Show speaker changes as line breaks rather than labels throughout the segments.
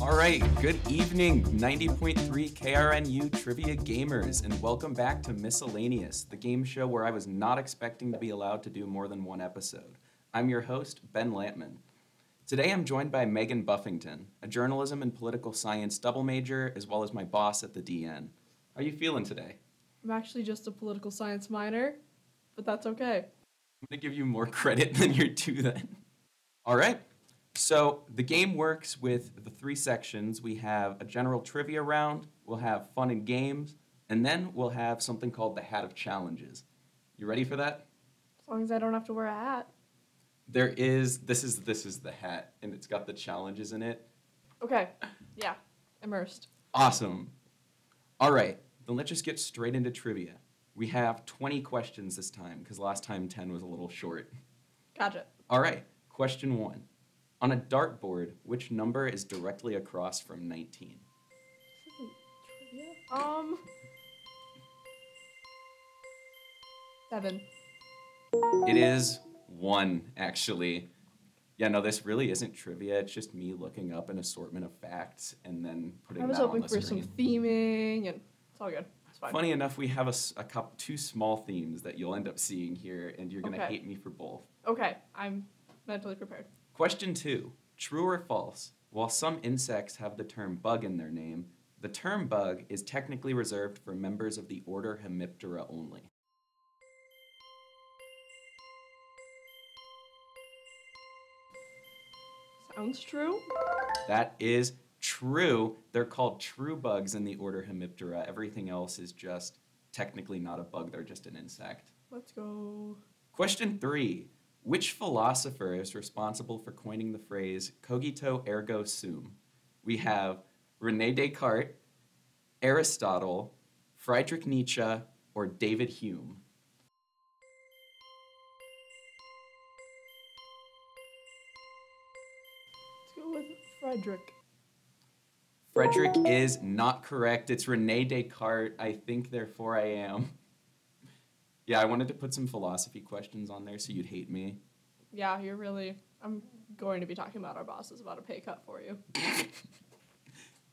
All right, good evening, 90.3 KRNU trivia gamers, and welcome back to Miscellaneous, the game show where I was not expecting to be allowed to do more than one episode. I'm your host, Ben Lampman. Today I'm joined by Megan Buffington, a journalism and political science double major, as well as my boss at the DN. How are you feeling today?
I'm actually just a political science minor, but that's okay.
I'm going to give you more credit than you're due then. All right. So the game works with the three sections. We have a general trivia round, we'll have fun and games, and then we'll have something called the Hat of Challenges. You ready for that?
As long as I don't have to wear a hat.
There is this is this is the hat and it's got the challenges in it.
Okay. Yeah. Immersed.
Awesome. All right, then let's just get straight into trivia. We have 20 questions this time because last time 10 was a little short.
Gotcha.
All right, question one. On a dartboard, which number is directly across from 19?
Um. Seven.
It is one, actually. Yeah, no, this really isn't trivia. It's just me looking up an assortment of facts and then putting
I was
that on
hoping
the
for some
screen.
theming, and it's all good. It's fine.
Funny enough, we have a, s- a couple, two small themes that you'll end up seeing here, and you're going to
Okay.
hate me for both.
Okay, I'm mentally prepared.
Question two True or false? While some insects have the term bug in their name, the term bug is technically reserved for members of the order Hemiptera only.
Sounds true.
That is true. They're called true bugs in the order Hemiptera. Everything else is just technically not a bug, they're just an insect.
Let's go.
Question three Which philosopher is responsible for coining the phrase cogito ergo sum? We have Rene Descartes, Aristotle, Friedrich Nietzsche, or David Hume.
Let's go with Frederick.
Frederick is not correct. It's Rene Descartes. I think, therefore, I am. Yeah, I wanted to put some philosophy questions on there so you'd hate me.
Yeah, you're really. I'm going to be talking about our bosses about a pay cut for you.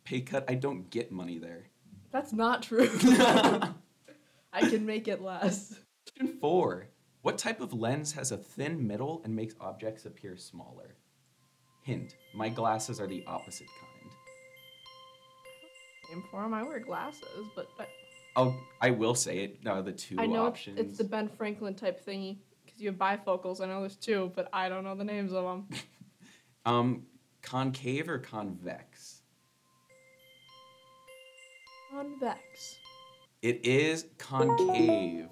Pay cut, I don't get money there.
That's not true. I can make it less.
Question four. What type of lens has a thin middle and makes objects appear smaller? Hint. My glasses are the opposite kind.
Same form. I wear glasses, but I,
Oh, I will say it. No, the two
I know it's-
options.
it's the Ben Franklin type thingy because you have bifocals. I know there's two, but I don't know the names of them.
um, concave or convex?
Convex.
It is concave.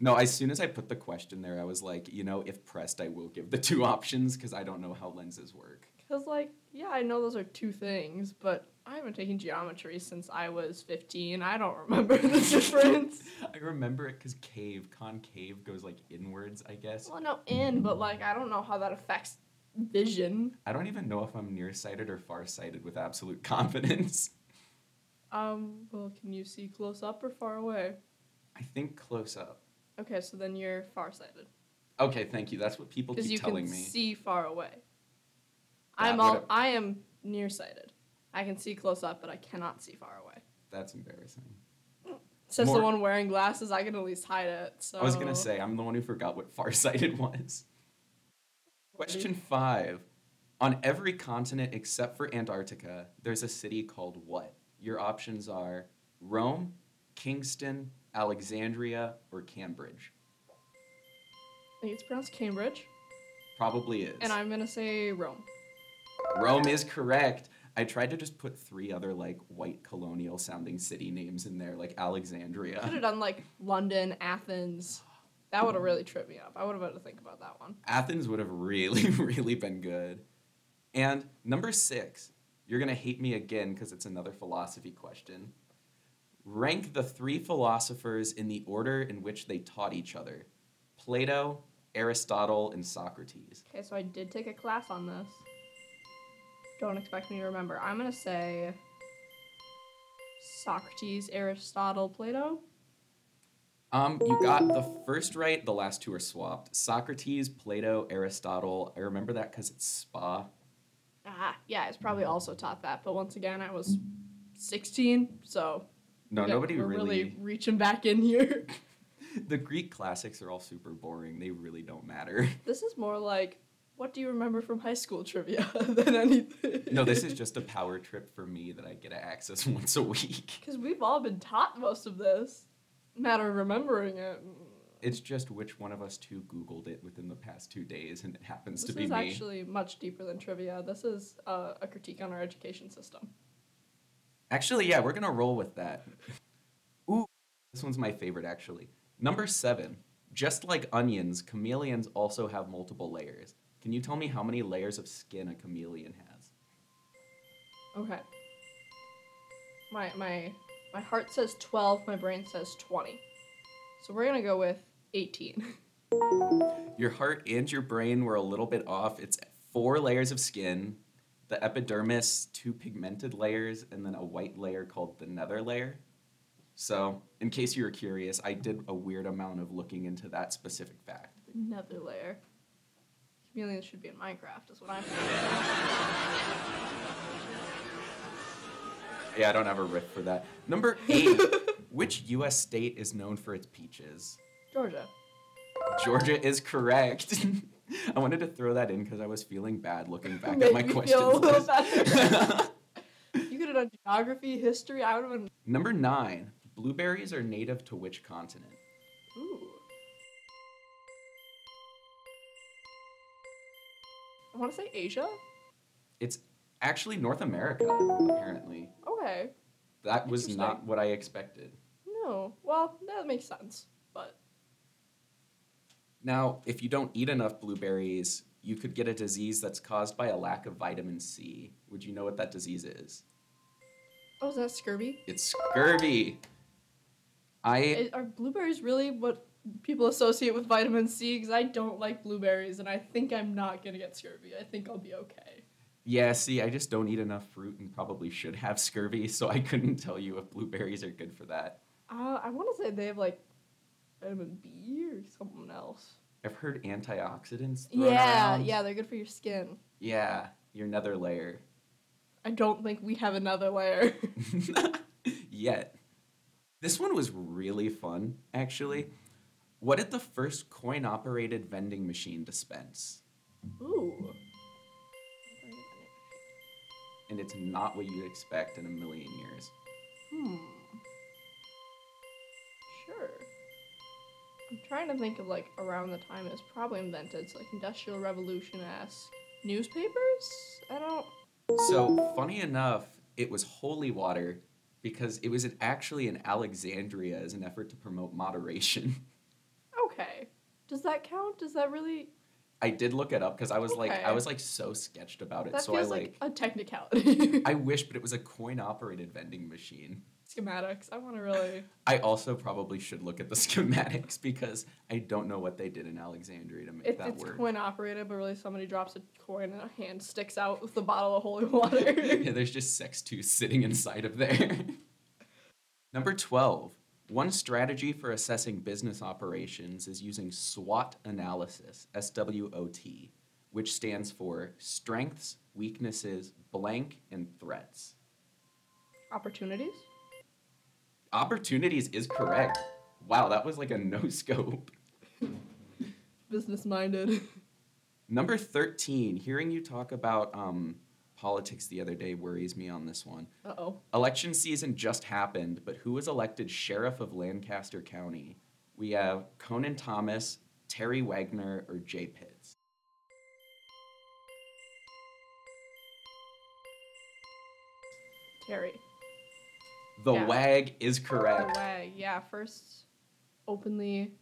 No, as soon as I put the question there, I was like, you know, if pressed, I will give the two options because I don't know how lenses work.
Because, like, yeah, I know those are two things, but I haven't taken geometry since I was 15. I don't remember the difference.
I remember it because cave, concave goes like inwards, I guess.
Well, no, in, but, like, I don't know how that affects vision.
I don't even know if I'm nearsighted or farsighted with absolute confidence.
Um, well, can you see close up or far away?
I think close up.
Okay, so then you're farsighted.
Okay, thank you. That's what people
Because
keep
you
telling
can
me.
see far away.
That
I'm all,
would've-
I am nearsighted. I can see close up, but I cannot see far away.
That's embarrassing.
Since the
More-
one wearing glasses, I can at least hide it. So
I was gonna say I'm the one who forgot what farsighted was. Question five: On every continent except for Antarctica, there's a city called what? Your options are Rome, Kingston, Alexandria, or Cambridge.
I think it's pronounced Cambridge,
Probably is.
and I'm gonna say Rome.
Rome is correct. I tried to just put three other like white colonial sounding city names in there, like
Could
Alexandria.
have done like London, Athens. That would have really tripped me up. I would have had to think about that one.
Athens would have really, really been good. And number six, you're gonna hate me again because it's another philosophy question. Rank the three philosophers in the order in which they taught each other Plato, Aristotle, and Socrates.
Okay, so I did take a class on this. Don't expect me to remember. I'm gonna say Socrates, Aristotle, Plato.
Um, you got the first right, the last two are swapped. Socrates, Plato, Aristotle. I remember that because it's spa.
Ah, yeah, I was probably also taught that, but once again, I was 16, so
No,
yeah,
nobody
we're
really.
reaching back in here.
The Greek classics are all super boring. They really don't matter.
this is more like, what do you remember from high school trivia than anything?
No, this is just a power trip for me that I get to access once a week.
because we've all been taught most of this. Matter of remembering it.
It's just which one of us two Googled it within the past two days, and it happens
This
to be
is
me.
actually much deeper than trivia. This is uh, a critique on our education system.
Actually, yeah, we're gonna roll with that. Ooh, this one's my favorite actually. Number seven. Just like onions, chameleons also have multiple layers. Can you tell me how many layers of skin a chameleon has?
Okay. My my my heart says 12, my brain says 20. So we're going to go with 18.
Your heart and your brain were a little bit off. It's four layers of skin, the epidermis, two pigmented layers, and then a white layer called the nether layer. So, in case you were curious, I did a weird amount of looking into that specific fact.
Another layer. Chameleons should be in Minecraft is what I'm
Yeah, I don't have a riff for that. Number eight. which U.S. state is known for its peaches?
Georgia.
Georgia is correct. I wanted to throw that in because I was feeling bad looking back at my
Made me
questions.
feel a little
list.
better. you could have done geography, history. I would have been
Number nine. Blueberries are native to which continent?
ooh. I want to say Asia.
It's actually North America, apparently.
Okay.
That was not
Interesting.
what I expected.
No. Well, that makes sense. But
Now, if you don't eat enough blueberries, you could get a disease that's caused by a lack of vitamin C. Would you know what that disease is?
oh, is that scurvy?
It's scurvy. I
I- are blueberries really what people associate with vitamin C? Because I don't like blueberries, and I think I'm not gonna get scurvy. I think I'll be okay.
Yeah, see, I just don't eat enough fruit and probably should have scurvy, so I couldn't tell you if blueberries are good for that.
Uh, I want to say they have like vitamin B or something else.
I've heard antioxidants. Thrown
Yeah,
around.
yeah, they're good for your skin.
Yeah, your nether layer.
I don't think we have another layer.
Yet. This one was really fun, actually. What did the first coin operated vending machine dispense?
Ooh.
And it's not what you'd expect in a million years.
Hmm. Sure. I'm trying to think of like around the time it was probably invented, so like industrial revolution esque newspapers. I don't.
So, funny enough, it was holy water because it was actually in Alexandria as an effort to promote moderation.
Okay. Does that count? Does that really?
I did look it up because I was like I
Okay.
was like so sketched about it.
That
so I
feels
like,
like, a technicality.
I wish, but it was a coin operated vending machine.
Schematics. I want to really.
I also probably should look at the schematics because I don't know what they did in Alexandria to make
It,
that
it's
work.
coin operated, but really somebody drops a coin and a hand sticks out with the bottle of holy water.
yeah, there's just sex two sitting inside of there. Number twelve. One strategy for assessing business operations is using SWOT analysis, S W O T, which stands for strengths, weaknesses, blank, and threats.
Opportunities.
Opportunities is correct. Wow, that was like a no scope.
Business minded.
Number 13, hearing you talk about um, politics the other day worries me on this one.
Uh oh.
Election season just happened, but who was elected sheriff of Lancaster County? We have Conan Thomas, Terry Wagner, or Jay Pitts.
Terry.
The
Yeah.
wag is
By the
correct.
way, yeah, first openly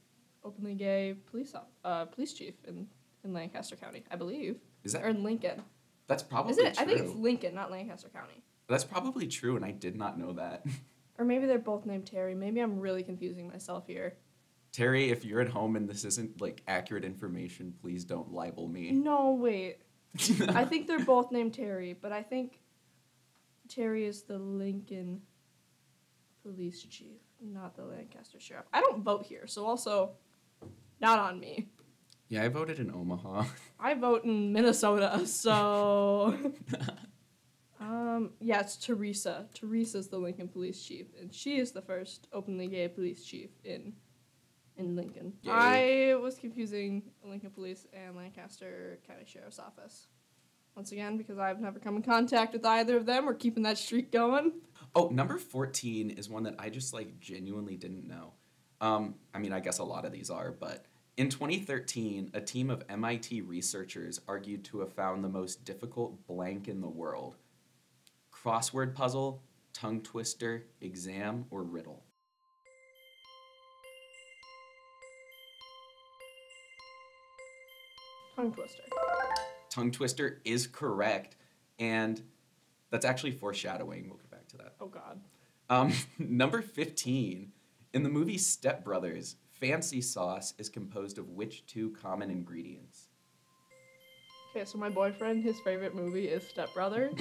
openly gay police op- uh, police chief in, in Lancaster County, I believe.
Is that-
or in Lincoln.
That's probably
Is it?
true.
I think it's Lincoln, not Lancaster County.
That's probably true, and I did not know that.
Or maybe they're both named Terry. Maybe I'm really confusing myself here.
Terry, if you're at home and this isn't like accurate information, please don't libel me.
No, wait. I think they're both named Terry, but I think Terry is the Lincoln police chief, not the Lancaster sheriff. I don't vote here, so also not on me.
Yeah, I voted in Omaha.
I vote in Minnesota, so. um, yeah, it's Teresa. Teresa's the Lincoln police chief, and she is the first openly gay police chief in in Lincoln.
Gay.
I was confusing Lincoln Police and Lancaster County Sheriff's Office. Once again, because I've never come in contact with either of them or keeping that streak going.
Oh, number 14 is one that I just like genuinely didn't know. Um, I mean, I guess a lot of these are, but in 2013, a team of MIT researchers argued to have found the most difficult blank in the world crossword puzzle, tongue twister, exam, or riddle.
Tongue twister.
Tongue twister is correct, and that's actually foreshadowing. We'll get back to that.
Oh God.
Um, number 15. In the movie Step Brothers, fancy sauce is composed of which two common ingredients?
Okay, so my boyfriend, his favorite movie is Step Brothers.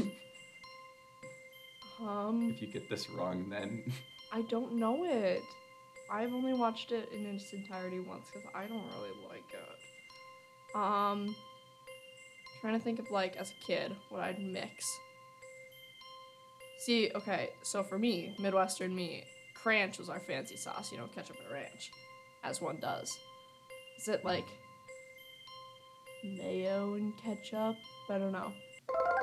um,
If you get this wrong, then
I don't know it. I've only watched it in its entirety once because I don't really like it. Um, trying to think of like as a kid what I'd mix. See, okay, so for me, Midwestern me, ranch was our fancy sauce, you know, ketchup and ranch, as one does. Is it like mayo and ketchup? I don't know.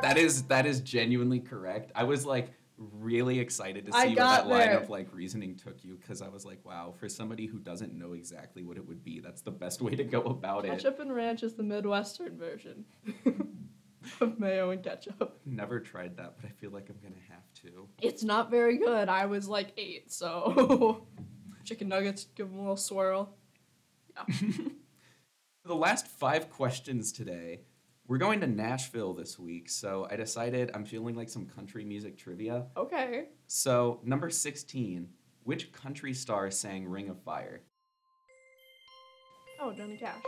that is that is genuinely correct. I was like really excited to
I
see where
got
that line
there.
of like reasoning took you because I was like, wow, for somebody who doesn't know exactly what it would be, that's the best way to go about it.
Ketchup and ranch is the Midwestern version of mayo and ketchup.
Never tried that, but I feel like I'm gonna have to.
It's not very good. I was like eight, so chicken nuggets, give them a little swirl.
The last five questions today. We're going to Nashville this week, so I decided I'm feeling like some country music trivia.
Okay.
So, number 16, which country star sang Ring of Fire?
Oh, Johnny Cash.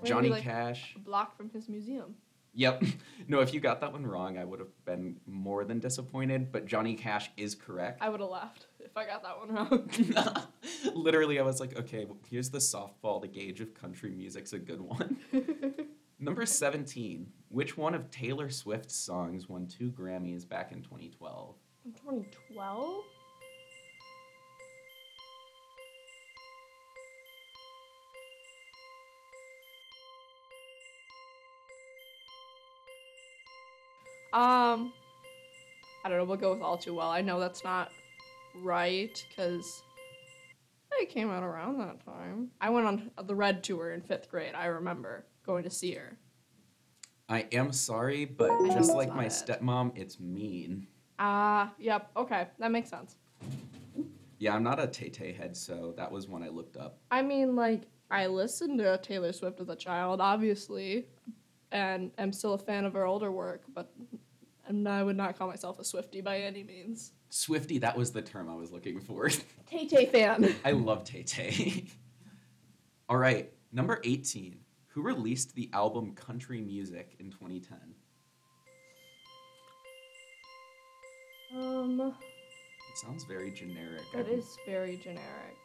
Maybe,
Johnny
like,
Cash.
A block from his museum.
Yep. No, if you got that one wrong, I would have been more than disappointed, but Johnny Cash is correct.
I would have laughed if I got that one wrong.
Literally, I was like, okay, well, here's the softball. The gauge of country music's a good one. Number 17, which one of Taylor Swift's songs won two Grammys back in 2012?
From 2012? Um, I don't know. We'll go with all too well. I know that's not right because it came out around that time. I went on the Red tour in fifth grade. I remember going to see her.
I am sorry, but
know
just
it's
like
not
my
it.
stepmom, it's mean.
Ah, yep. Okay, that makes sense.
Yeah, I'm not a Tay Tay head, so that was one I looked up.
I mean, like, I listened to Taylor Swift as a child, obviously, and am still a fan of her older work, but I'm not- I would not call myself a Swifty by any means.
Swifty, that was the term I was looking for.
Tay Tay fan.
I love Tay Tay. All right, number 18. Who released the album Country Music in 2010?
Um,
It sounds very generic.
that
I'm-
is very generic.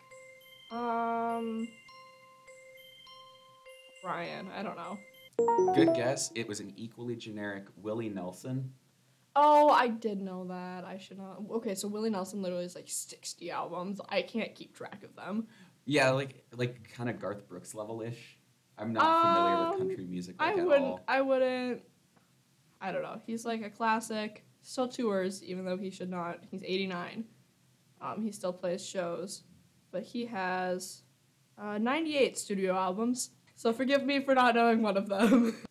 Um, Ryan, I don't know.
Good guess. It was an equally generic Willie Nelson.
Oh, I did know that. I should not. Okay, so Willie Nelson literally has like 60 albums. I can't keep track of them.
Yeah, like like kind of Garth Brooks level ish. I'm not familiar
Um,
with country music
I
like, at
wouldn't.
all.
I wouldn't. I don't know. He's like a classic. Still tours, even though he should not. He's 89. Um, he still plays shows, but he has uh, 98 studio albums. So forgive me for not knowing one of them.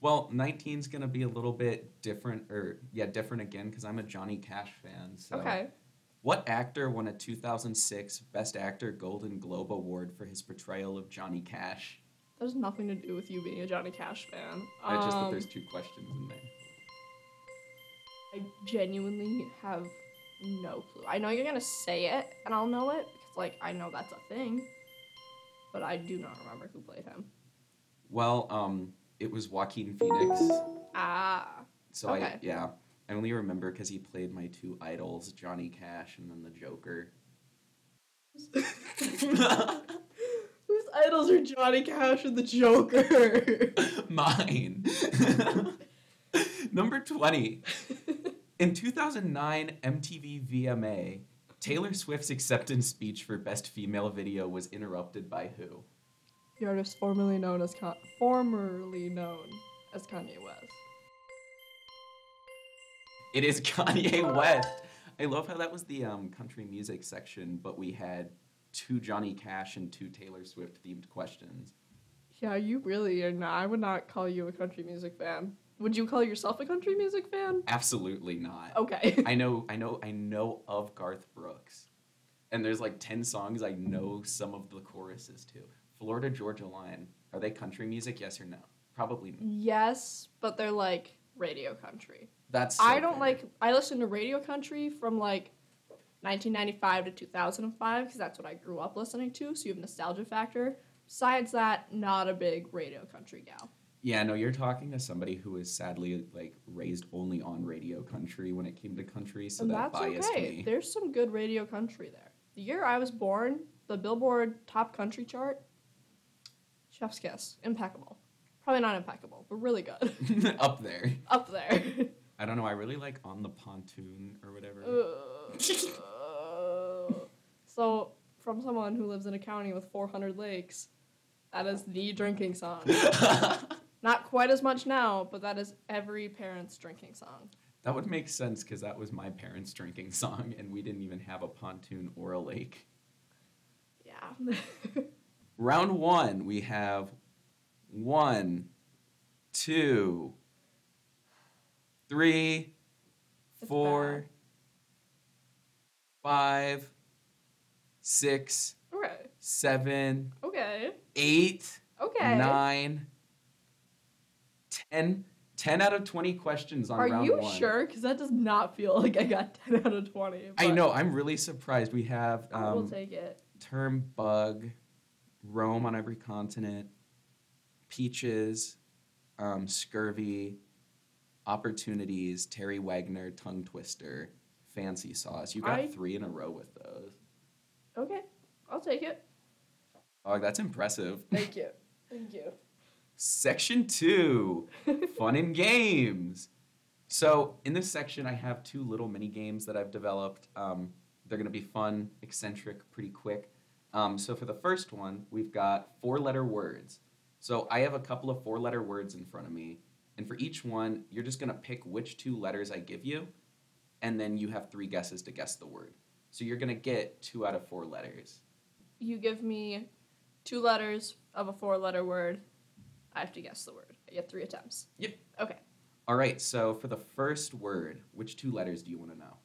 Well, 19's gonna be a little bit different, or yeah, different again, because I'm a Johnny Cash fan. So.
okay.
What actor won a 2006 Best Actor Golden Globe Award for his portrayal of Johnny Cash?
That has nothing to do with you being a Johnny Cash fan.
I just that
Um,
there's two questions in there.
I genuinely have no clue. I know you're gonna say it, and I'll know it because like I know that's a thing, but I do not remember who played him.
Well, um, it was Joaquin Phoenix.
Ah.
So I
Okay.
yeah, I only remember because he played my two idols, Johnny Cash and then the Joker.
Whose titles are Johnny Cash and the Joker.
Mine. Number 20. In 2009 MTV VMA, Taylor Swift's acceptance speech for Best Female Video was interrupted by who?
the artist formerly known as Con- formerly known as Kanye West.
It is Kanye West. I love how that was the um, country music section, but we had two Johnny Cash and two Taylor Swift themed questions.
Yeah, you really are not. I would not call you a country music fan. Would you call yourself a country music fan?
Absolutely not.
Okay.
I know, I know, I know of Garth Brooks, and there's like ten songs I know some of the choruses to. Florida Georgia Line. Are they country music? Yes or no? Probably. Not.
yes, but they're like radio country.
That's.
I
so
don't
fair.
like. I listen to radio country from like 1995 to 2005 because that's what I grew up listening to. So you have nostalgia factor. Besides that, not a big radio country gal.
Yeah, no, you're talking to somebody who is sadly like raised only on radio country when it came to country, so
and
that
that's
biased
okay.
me.
There's some good radio country there. The year I was born, the Billboard Top Country chart, chef's kiss, impeccable. Probably not impeccable, but really good.
Up there.
Up there.
I don't know. I really like on the pontoon or whatever.
Uh, so, from someone who lives in a county with 400 lakes, that is the drinking song. not quite as much now, but that is every parent's drinking song.
That would make sense because that was my parents' drinking song, and we didn't even have a pontoon or a lake.
Yeah.
Round one, we have one, two, three,
It's
four, five, six,
okay.
seven,
Okay.
eight,
Okay.
nine, ten. Ten out of twenty questions on
Are
round
you
one.
sure? Because that does not feel like I got 10 out of 20.
I
but
know. I'm really surprised. We have
I will
um,
take it.
term bug, roam on every continent, peaches, um, scurvy, opportunities, Terry Wagner, tongue twister, fancy sauce. You got
I-
three in a row with those.
Okay. I'll take it.
Oh, that's impressive.
Thank you. Thank you.
Section two, fun and games. So in this section, I have two little mini games that I've developed. Um, they're going to be fun, eccentric, pretty quick. Um, so for the first one, we've got four-letter words. So I have a couple of four-letter words in front of me, and for each one, you're just going to pick which two letters I give you, and then you have three guesses to guess the word. So you're going to get two out of four letters.
You give me two letters of a four letter word. I have to guess the word. I get three attempts.
Yep.
Okay.
All right. So for the first word, which two letters do you want to know?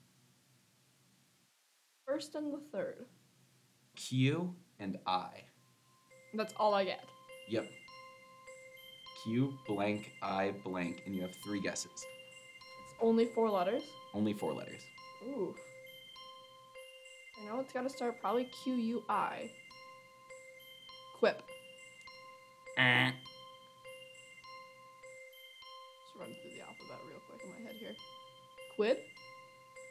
First and the third.
Q and I.
That's all I get.
Yep. Q blank I blank, and you have three guesses.
It's only four letters.
Only four letters.
Ooh. I know it's got to start probably Q U I. Quip.
Eh.
Just run through the alphabet real quick in my head here. Quid?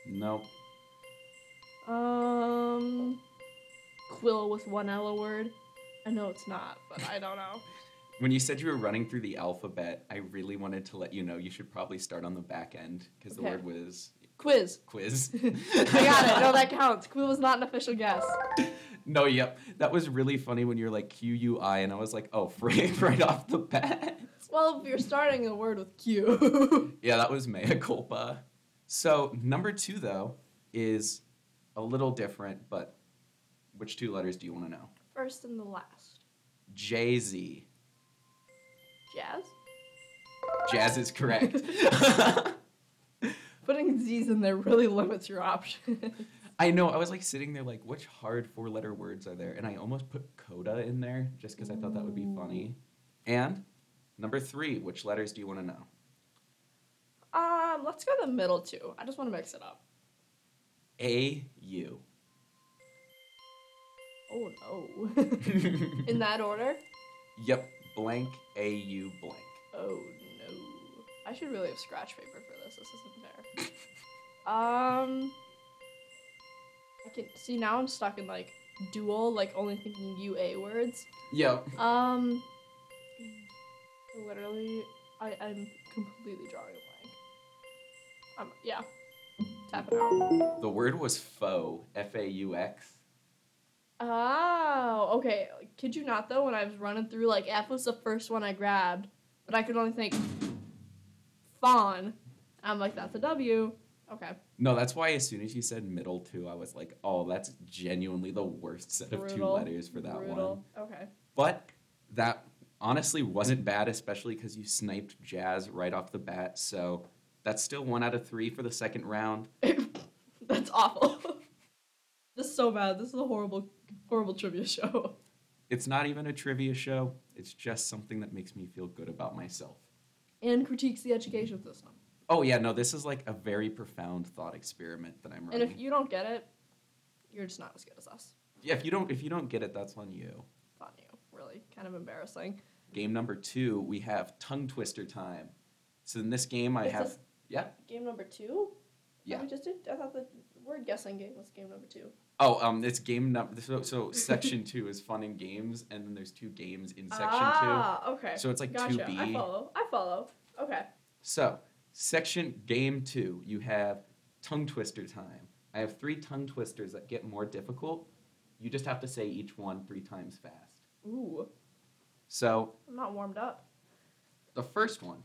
Nope.
Um, quill with one L a word. I know it's not, but I don't know.
When you said you were running through the alphabet, I really wanted to let you know you should probably start on the back end because the
Okay.
word was
Quiz.
quiz. I
I got it. No, that counts. Quill is not an official guess.
No, yep. That was really funny when you were like Q U I, and I was like, oh, frig, right off the bat.
Well, if you're starting a word with Q.
Yeah, that was mea culpa. So number two though is a little different, but which two letters do you want to know?
First and the last.
Jay Z.
Jazz?
Jazz is correct.
Putting Z's in there really limits your options.
I know. I was like sitting there, like, which hard four letter words are there? And I almost put coda in there just because I thought that would be funny. And number three, which letters do you want to know?
um, let's go the middle two. I just want to mix it up.
A U.
Oh no. in that order?
yep. Blank A U blank.
Oh no. I should really have scratch paper for this. This isn't fair. um I can see now I'm stuck in like dual, like only thinking UA words.
Yep.
Um, literally, I, I'm completely drawing a blank. Um, yeah, tap it out.
The word was faux, F A U X.
Oh, okay. Kid you not though? When I was running through, like F was the first one I grabbed, but I could only think fawn. I'm like, that's a W. Okay,
No, that's why as soon as you said middle two, I was like, oh, that's genuinely the worst set of two
Brutal.
letters for that one.
brutal. Okay.
But that honestly wasn't bad, especially because you sniped Jazz right off the bat. So that's still one out of three for the second round.
That's awful. this is so bad. This is a horrible, horrible trivia show.
It's not even a trivia show, it's just something that makes me feel good about myself.
And critiques the education system.
Oh, yeah, no, this is like a very profound thought experiment that I'm running.
And if you don't get it, you're just not as good as us.
yeah, if you don't if you don't get it, that's on you.
On you, really, kind of embarrassing.
Game number two, we have tongue twister time. So in this game, I
This
have
is-
yeah
Game number two.
yeah.
We just did. I thought the word guessing game was game number two.
Oh, um, it's game number. So, so section two is fun and games, and then there's two games in section two.
ah, okay.
So it's like
gotcha.
2B.
I follow. I follow. Okay.
So section game two, you have tongue twister time. I have three tongue twisters that get more difficult. You just have to say each one three times fast.
Ooh,
So
I'm not warmed up.
the first one,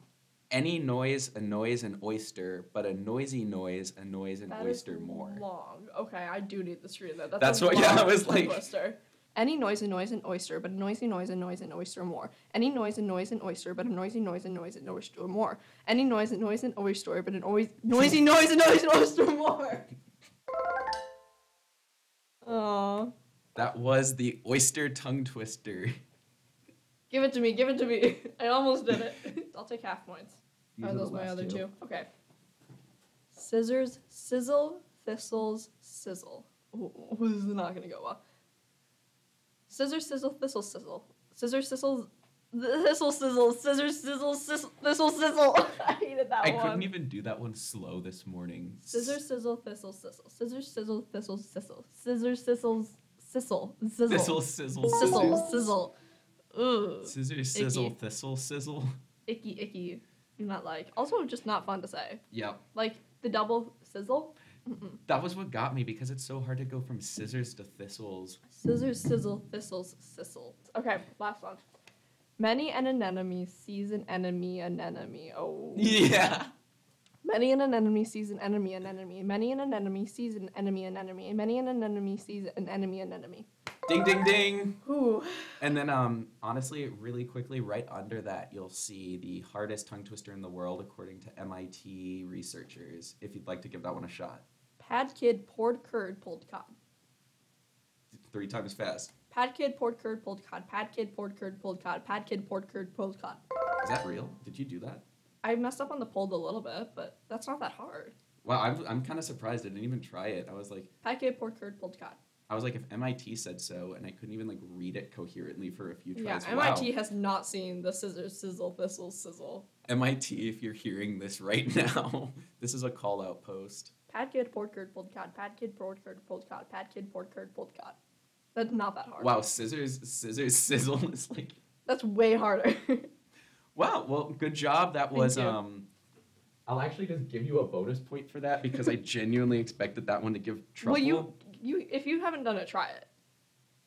any noise annoys an oyster, but a noisy noise annoys an
That is
oyster more.
Long. Okay, I do need the street though.
That's
a
what- yeah, I
long
was
tongue
like-
Twister. Any noise and noise and oyster, but a noisy noise and noise and oyster more. Any noise and noise and oyster, but a noisy noise and noise and oyster more. Any noise and noise and oyster, but an ois- noisy noise and noise and oyster more. Oh,
That was the oyster tongue twister.
give it to me, give it to me. I almost did it. I'll take half points.
These
Oh,
are the
those my
last
other two. Okay. Scissors, sizzle, thistles, sizzle. Ooh, this is not gonna go well. Scissors, sizzle, thistle, sizzle. Scissors, sizzle, thistle, sizzle. Scissors, sizzle, sizzle, thistle, sizzle. I hated that
I
one.
couldn't even do that one slow this morning.
Scissors, sizzle, thistle, sizzle. Scissors, sizzle, thistle, sizzle. Scissors, sizzle, sizzle, sizzle.
Thistle sizzle
sizzle,
scissors.
sizzle. Ooh,
Scissors sizzle
Icky.
thistle sizzle.
icky, icky. Not like. Also, just not fun to say.
Yep.
Like the double sizzle.
That was what got me because it's so hard to go from scissors to thistles.
Scissors, sizzle, thistles, sizzle. Okay, last one. Many an anemone sees an enemy anemone. Oh.
Yeah.
Many an anemone sees an enemy anemone. Many an anemone sees an enemy anemone. Many an anemone sees an enemy anemone.
Ding ding ding.
Ooh.
And then um honestly really quickly right under that you'll see the hardest tongue twister in the world according to MIT researchers if you'd like to give that one a shot.
Pad kid poured curd pulled cod.
Three times fast.
Pad kid poured curd pulled cod. Pad kid poured curd pulled cod. Pad kid poured curd pulled cod.
Is that real? Did you do that?
I messed up on the pulled a little bit, but that's not that hard.
Wow, I'm I'm kind of surprised I didn't even try it. I was like
Pad kid poured curd pulled cod.
I was like, if MIT said so, and I couldn't even like read it coherently for a few
Yeah,
tries.
MIT
Wow.
has not seen the scissors sizzle thistle sizzle.
MIT, if you're hearing this right now, this is a call out post.
Pad kid poured curd pulled cod. Pad kid poured curd pulled cod. Pad kid poured curd pulled cod. That's not that hard.
Wow, scissors, scissors, sizzle is like,
That's way harder.
wow. Well, good job. That
Thank
was.
you.
um I'll actually just give you a bonus point for that because I genuinely expected that one to give trouble.
well, you you if you haven't done it, try it.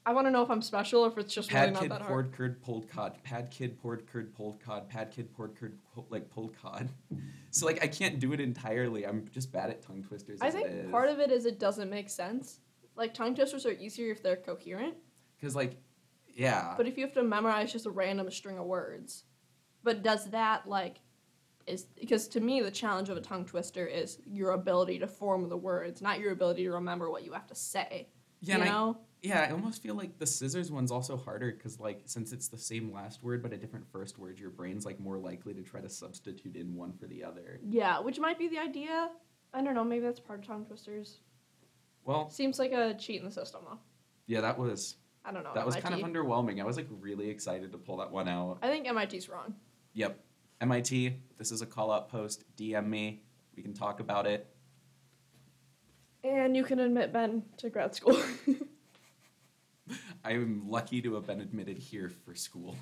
I want to know if I'm special or if it's just
Pad
really
kid
not that hard.
poured curd pulled cod. Pad kid poured curd pulled cod. Pad kid poured curd pulled, like pulled cod. So like I can't do it entirely. I'm just bad at tongue twisters.
I
as it
think
is.
part of it is it doesn't make sense. Like tongue twisters are easier if they're coherent,
because like, yeah.
but if you have to memorize just a random string of words, but does that like is because to me the challenge of a tongue twister is your ability to form the words, not your ability to remember what you have to say.
Yeah, and
you
I-
know.
Yeah, I almost feel like the scissors one's also harder because, like, since it's the same last word but a different first word, your brain's like more likely to try to substitute in one for the other.
Yeah, which might be the idea. I don't know. Maybe that's part of tongue twisters.
Well,
Seems like a cheat in the system, though.
yeah, that was
Oh, I don't know.
that was
MIT.
kind of underwhelming. I was like really excited to pull that one out.
I think MIT's wrong.
Yep, MIT. This is a call out post. DM me. We can talk about it.
And you can admit Ben to grad school.
I'm lucky to have been admitted here for school.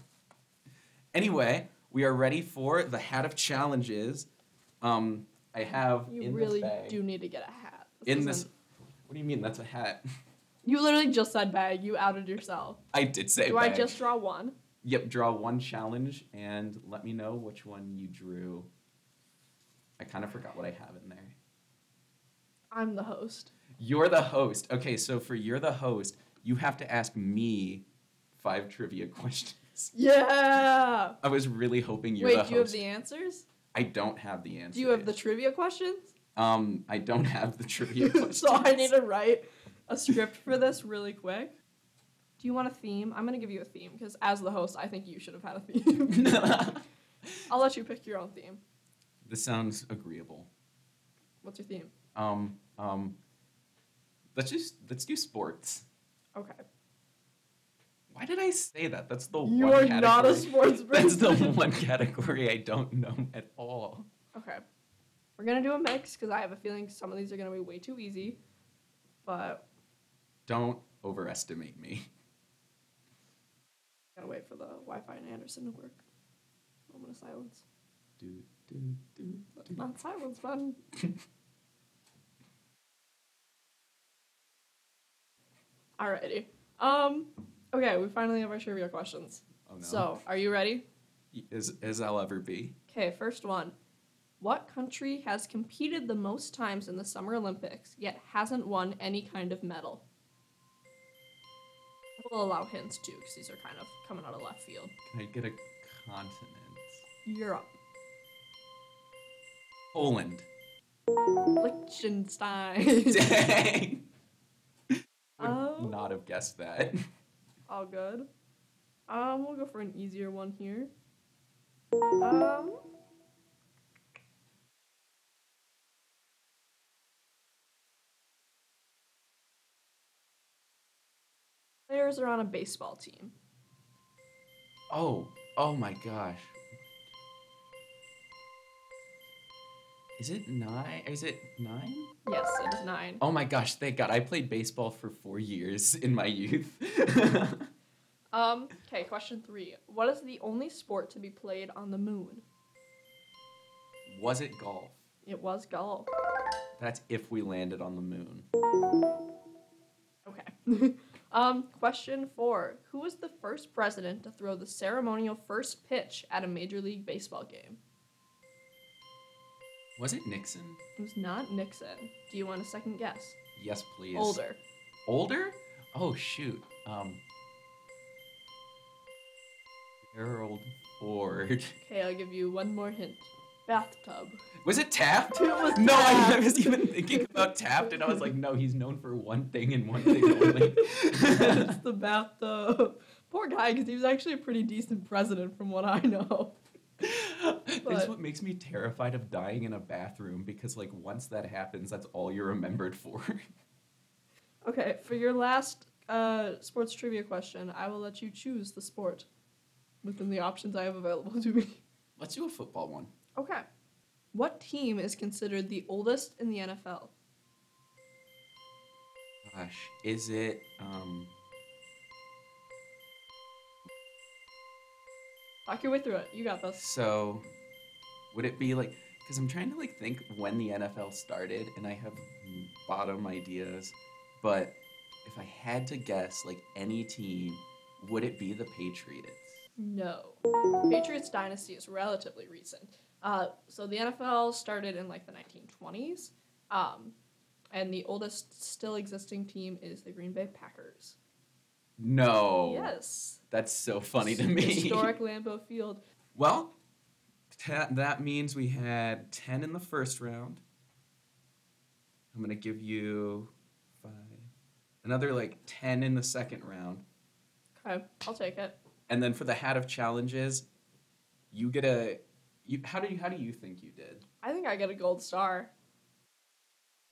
Anyway, we are ready for the hat of challenges. Um, I have
You
in
really
this bag,
do need to get a hat.
in
isn't-
this. What do you mean? That's a hat.
You literally just said bag. You outed yourself.
I did say.
Do I
bag.
just draw one?
Yep. Draw one challenge and let me know which one you drew. I kind of forgot what I have in there.
I'm the host.
You're the host. Okay, so for you're the host, you have to ask me five trivia questions.
Yeah.
I was really hoping you're
Wait,
the
do you have
host.
the answers?
I don't have the answer.
Do you have the trivia questions?
Um, I don't have the trivia questions.
so I need to write a script for this really quick. Do you want a theme? I'm gonna give you a theme because as the host, I think you should have had a theme. I'll let you pick your own theme.
this sounds agreeable.
What's your theme?
Um, um, let's just let's do sports.
Okay.
Why did I say that? That's the
You
one
are
category.
not a sports
That's the
person.
one category I don't know at all.
okay. We're gonna do a mix because I have a feeling some of these are gonna be way too easy. But
Don't overestimate me.
gotta wait for the Wi-Fi and Anderson to work. Moment of silence.
Do, do, do, do.
Not silence button. Alrighty. Um. Okay, we finally have our trivia questions.
Oh no.
So, are you ready?
as as I'll ever be.
Okay, first one. What country has competed the most times in the Summer Olympics yet hasn't won any kind of medal? We'll allow hints too, because these are kind of coming out of left field.
Can I get a continent?
Europe,
Poland.
Liechtenstein.
Dang. Would
Oh.
not have guessed that.
All good. Um, we'll go for an easier one here. Um. Players are on a baseball team.
Oh, oh my gosh. Is it nine? Is it nine?
Yes, it is nine.
Oh my gosh, thank God. I played baseball for four years in my youth.
Um, okay, question three. What is the only sport to be played on the moon?
Was it golf?
It was golf.
That's if we landed on the moon.
Okay. um, question four. Who was the first president to throw the ceremonial first pitch at a Major League Baseball game?
Was it Nixon?
It was not Nixon. Do you want a second guess?
Yes, please.
Older.
Older? Oh shoot. Um Harold Ford.
Okay, I'll give you one more hint. Bathtub.
Was it Taft?
It was
no, I, I
Taft.
was even thinking about Taft and I was like, no, he's known for one thing and one thing only.
It's the bathtub. Poor guy, because he was actually a pretty decent president from what I know.
this is
But-
what makes me terrified of dying in a bathroom because like once that happens, that's all you're remembered for.
Okay, for your last uh, sports trivia question, I will let you choose the sport within the options I have available to me.
Let's do a football one.
Okay. What team is considered the oldest in the NFL?
Gosh, is it um
Talk your way through it. You got this.
So, would it be like? Because I'm trying to like think when the NFL started, and I have bottom ideas, but if I had to guess, like any team, would it be the Patriots?
No. Patriots dynasty is relatively recent. Uh, so the NFL started in like the 1920s, um, and the oldest still existing team is the Green Bay Packers.
No.
Yes.
That's so Oh, funny to me.
Historic Lambeau Field.
Well, ta- that means we had 10 in the first round. I'm going to give you five, another like 10 in the second round.
Okay, I'll take it.
And then for the hat of challenges, you get a. You, how do you how do you think you did?
I think I get a gold star.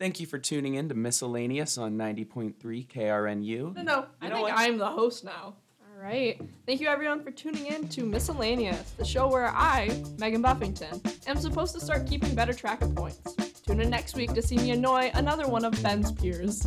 Thank you for tuning in to Miscellaneous on ninety point three KRNU.
No, no, I
know
think
what?
I'm the host now. All right. Thank you everyone for tuning in to Miscellaneous, the show where I, Megan Buffington, am supposed to start keeping better track of points. Tune in next week to see me annoy another one of Ben's peers.